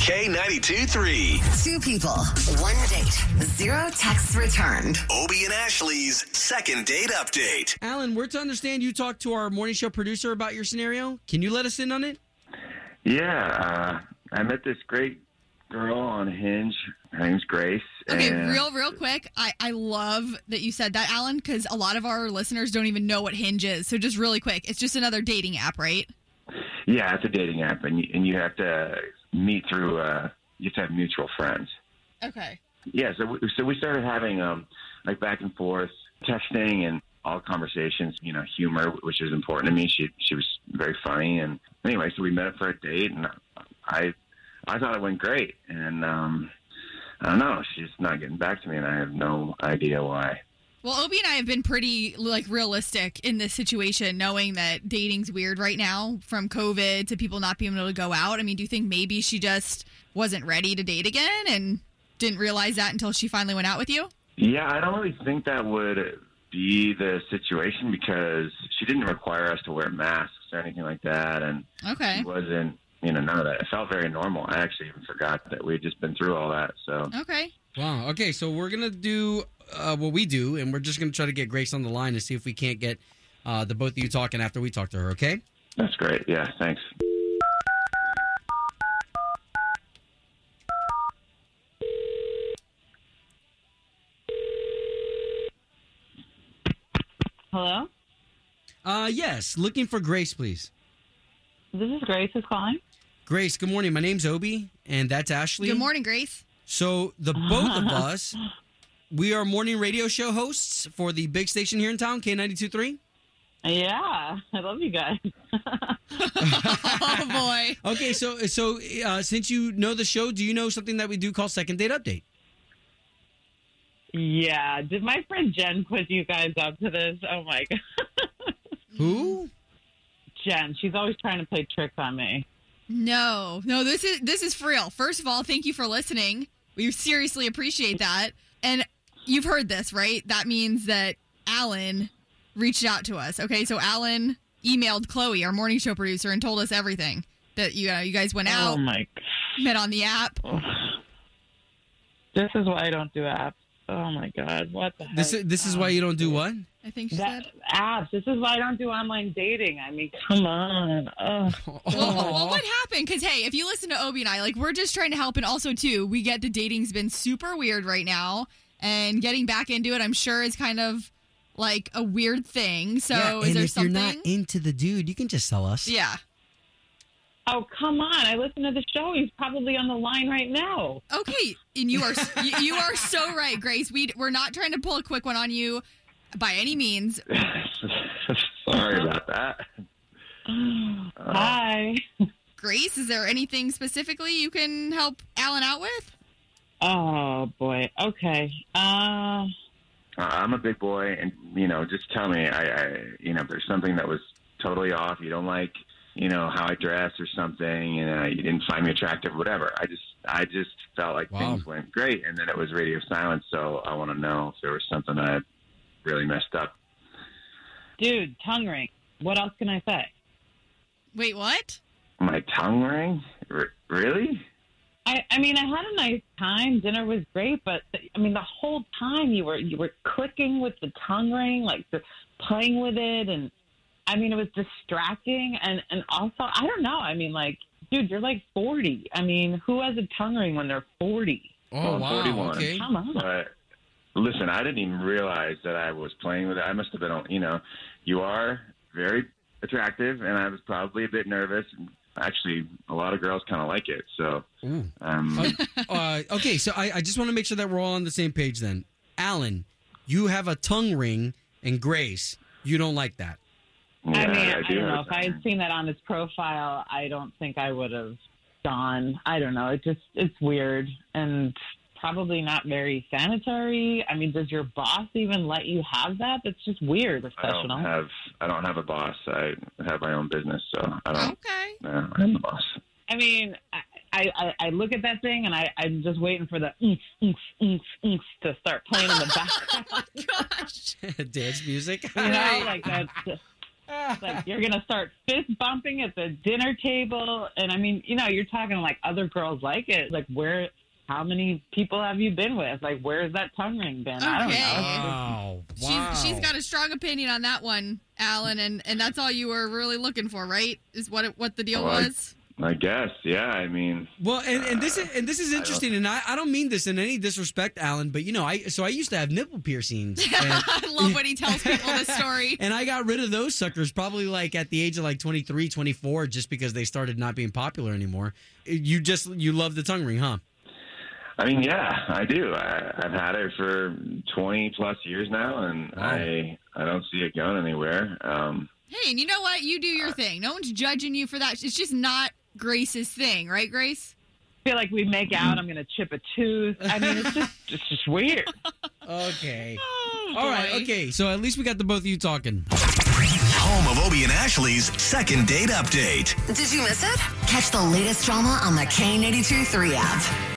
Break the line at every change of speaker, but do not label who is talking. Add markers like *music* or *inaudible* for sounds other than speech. K92 3.
Two people, one date, zero texts returned.
Obie and Ashley's second date update.
Alan, we're to understand you talked to our morning show producer about your scenario. Can you let us in on it?
Yeah, uh, I met this great girl on Hinge. Her name's Grace.
Okay,
and-
real, real quick. I, I love that you said that, Alan, because a lot of our listeners don't even know what Hinge is. So just really quick, it's just another dating app, right?
Yeah, it's a dating app, and you, and you have to meet through. Uh, you have to have mutual friends.
Okay.
Yeah, so we, so we started having um like back and forth texting and all conversations. You know, humor, which was important to me. She she was very funny, and anyway, so we met up for a date, and I I thought it went great, and um I don't know, she's not getting back to me, and I have no idea why.
Well, Obie and I have been pretty like realistic in this situation, knowing that dating's weird right now, from COVID to people not being able to go out. I mean, do you think maybe she just wasn't ready to date again and didn't realize that until she finally went out with you?
Yeah, I don't really think that would be the situation because she didn't require us to wear masks or anything like that, and
Okay.
she wasn't, you know, none of that. It felt very normal. I actually even forgot that we had just been through all that. So
Okay.
Wow. Okay, so we're gonna do uh, what we do, and we're just gonna try to get Grace on the line and see if we can't get uh, the both of you talking after we talk to her. Okay.
that's great. Yeah, thanks. *laughs*
Hello,
Uh, yes. Looking for Grace, please.
this is Grace who's calling.
Grace. Good morning. My name's Obi, and that's Ashley.
Good morning, Grace.
So the both of us, we are morning radio show hosts for the big station here in town, K 923
Yeah, I love you guys.
*laughs*
*laughs*
Oh boy.
Okay, so so uh, since you know the show, do you know something that we do called second date update?
yeah, did my friend Jen quiz you guys up to this? Oh my *laughs* god,
Who?
Jen, she's always trying to play tricks on me.
No, no, this is this is for real. First of all, thank you for listening. We seriously appreciate that. And you've heard this, right? That means that Alan reached out to us. Okay, so Alan emailed Chloe, our morning show producer, and told us everything that you know you guys went
Oh
out,
Um,
my,
met on the app.
god. this is why I don't do apps. Oh my god, what the?
This
heck?
is, this is why you don't do what?
I think she
That,
said.
apps. This is why I don't do online dating. I mean, come on. Ugh.
*laughs*
Well, well, what happened? Because hey, if you listen to Obi and I, like we're just trying to help, and also too, we get the dating's been super weird right now, and getting back into it, I'm sure is kind of like a weird thing. So,
Oh. yeah,
is
and
there
if
something?
you're not into the dude, you can just sell us.
yeah.
Oh come on! I listen to the show. He's probably on the line right
*gasps*
now.
Okay, and you are *laughs* you, you are so right, Grace. We we're not trying to pull a quick one on you by any means.
Sorry about that.
Hi.
Grace, is there anything specifically you can help Alan out with?
Oh boy. Okay. Uh,
Uh, I'm a big boy, and you know, just tell me. I, I, you know, if there's something that was totally off. You don't like, you know, how I dress or something, and uh, you didn't find me attractive, whatever. I just, I just felt like
Wow.
things went great, and then it was radio silence. So I want to know if there was something I really messed up.
dude, tongue ring. What else can I say?
Wait, what?
My tongue ring? R- really?
I, I mean, I had a nice time. Dinner was great, but I mean, the whole time you were you were clicking with the tongue ring, like the, playing with it, and I mean, it was distracting. And and also, I don't know. I mean, like, dude, you're like 40. I mean, who has a tongue ring when they're 40?
Oh,
I'm
wow.
41.
Okay.
Come on.
But listen, I didn't even realize that I was playing with it. I must have been, you know, you are very attractive, and I was probably a bit nervous. Actually, a lot of girls kind of like it. So,
Ooh.
*laughs*
um,
Uh, okay, so I, I just want to make sure that we're all on the same page then. Alan, you have a tongue ring, and Grace, you don't like that. *laughs*
yeah,
I mean, I,
do have
don't know.
a
If I
tongue
had
ring.
seen that on his profile, I don't think I would have gone. I don't know. It just it's weird and probably not very sanitary. I mean, does your boss even let you have that? That's just weird,
I don't
professional.
have I don't have a boss. I have my own business, so I don't.
Okay.
No, I'm the boss.
I mean, I, I, I look at that thing and I, I'm just waiting for the oomph, oomph, oomph, oomph to start playing in the *laughs*
Oh
background.
my gosh.
Dance
*laughs*
music.
You know, like that's
*laughs*
like you're gonna start fist bumping at the dinner table, and I mean, you know, you're talking like other girls like it. Like where, how many people have you been with? Like where's that tongue ring been? I don't know.
Okay.
wow. wow.
She's, she's got a strong opinion on that one, Alan, and, and that's all you were really looking for, right? Is what it, what the deal
Well, I-
was? *laughs*
I guess. Yeah. I mean,
Well, and, and this is and this is interesting, and I, I don't mean this in any disrespect, Alan, but you know, I so I used to have nipple
*laughs*
piercings, and,
I love when he tells people the story.
*laughs* and I got rid of those suckers probably like at the age of like 23, 24, just because they started not being popular anymore. You just you love the tongue ring, huh?
I mean, yeah, I do. I, I've had it for 20 plus years now, and
Wow.
I I don't see it going anywhere. Um,
Hey, and you know what? You do your thing. No one's judging you for that. It's just not Grace's thing, right, Grace?
feel like we make out. I'm gonna chip a tooth. I mean, it's just it's just weird.
*laughs* Okay.
Oh,
All right. Okay. So at least we got the both of you talking.
Home of Obie and Ashley's second date update.
Did you miss it? Catch the latest drama on the K82 3 app.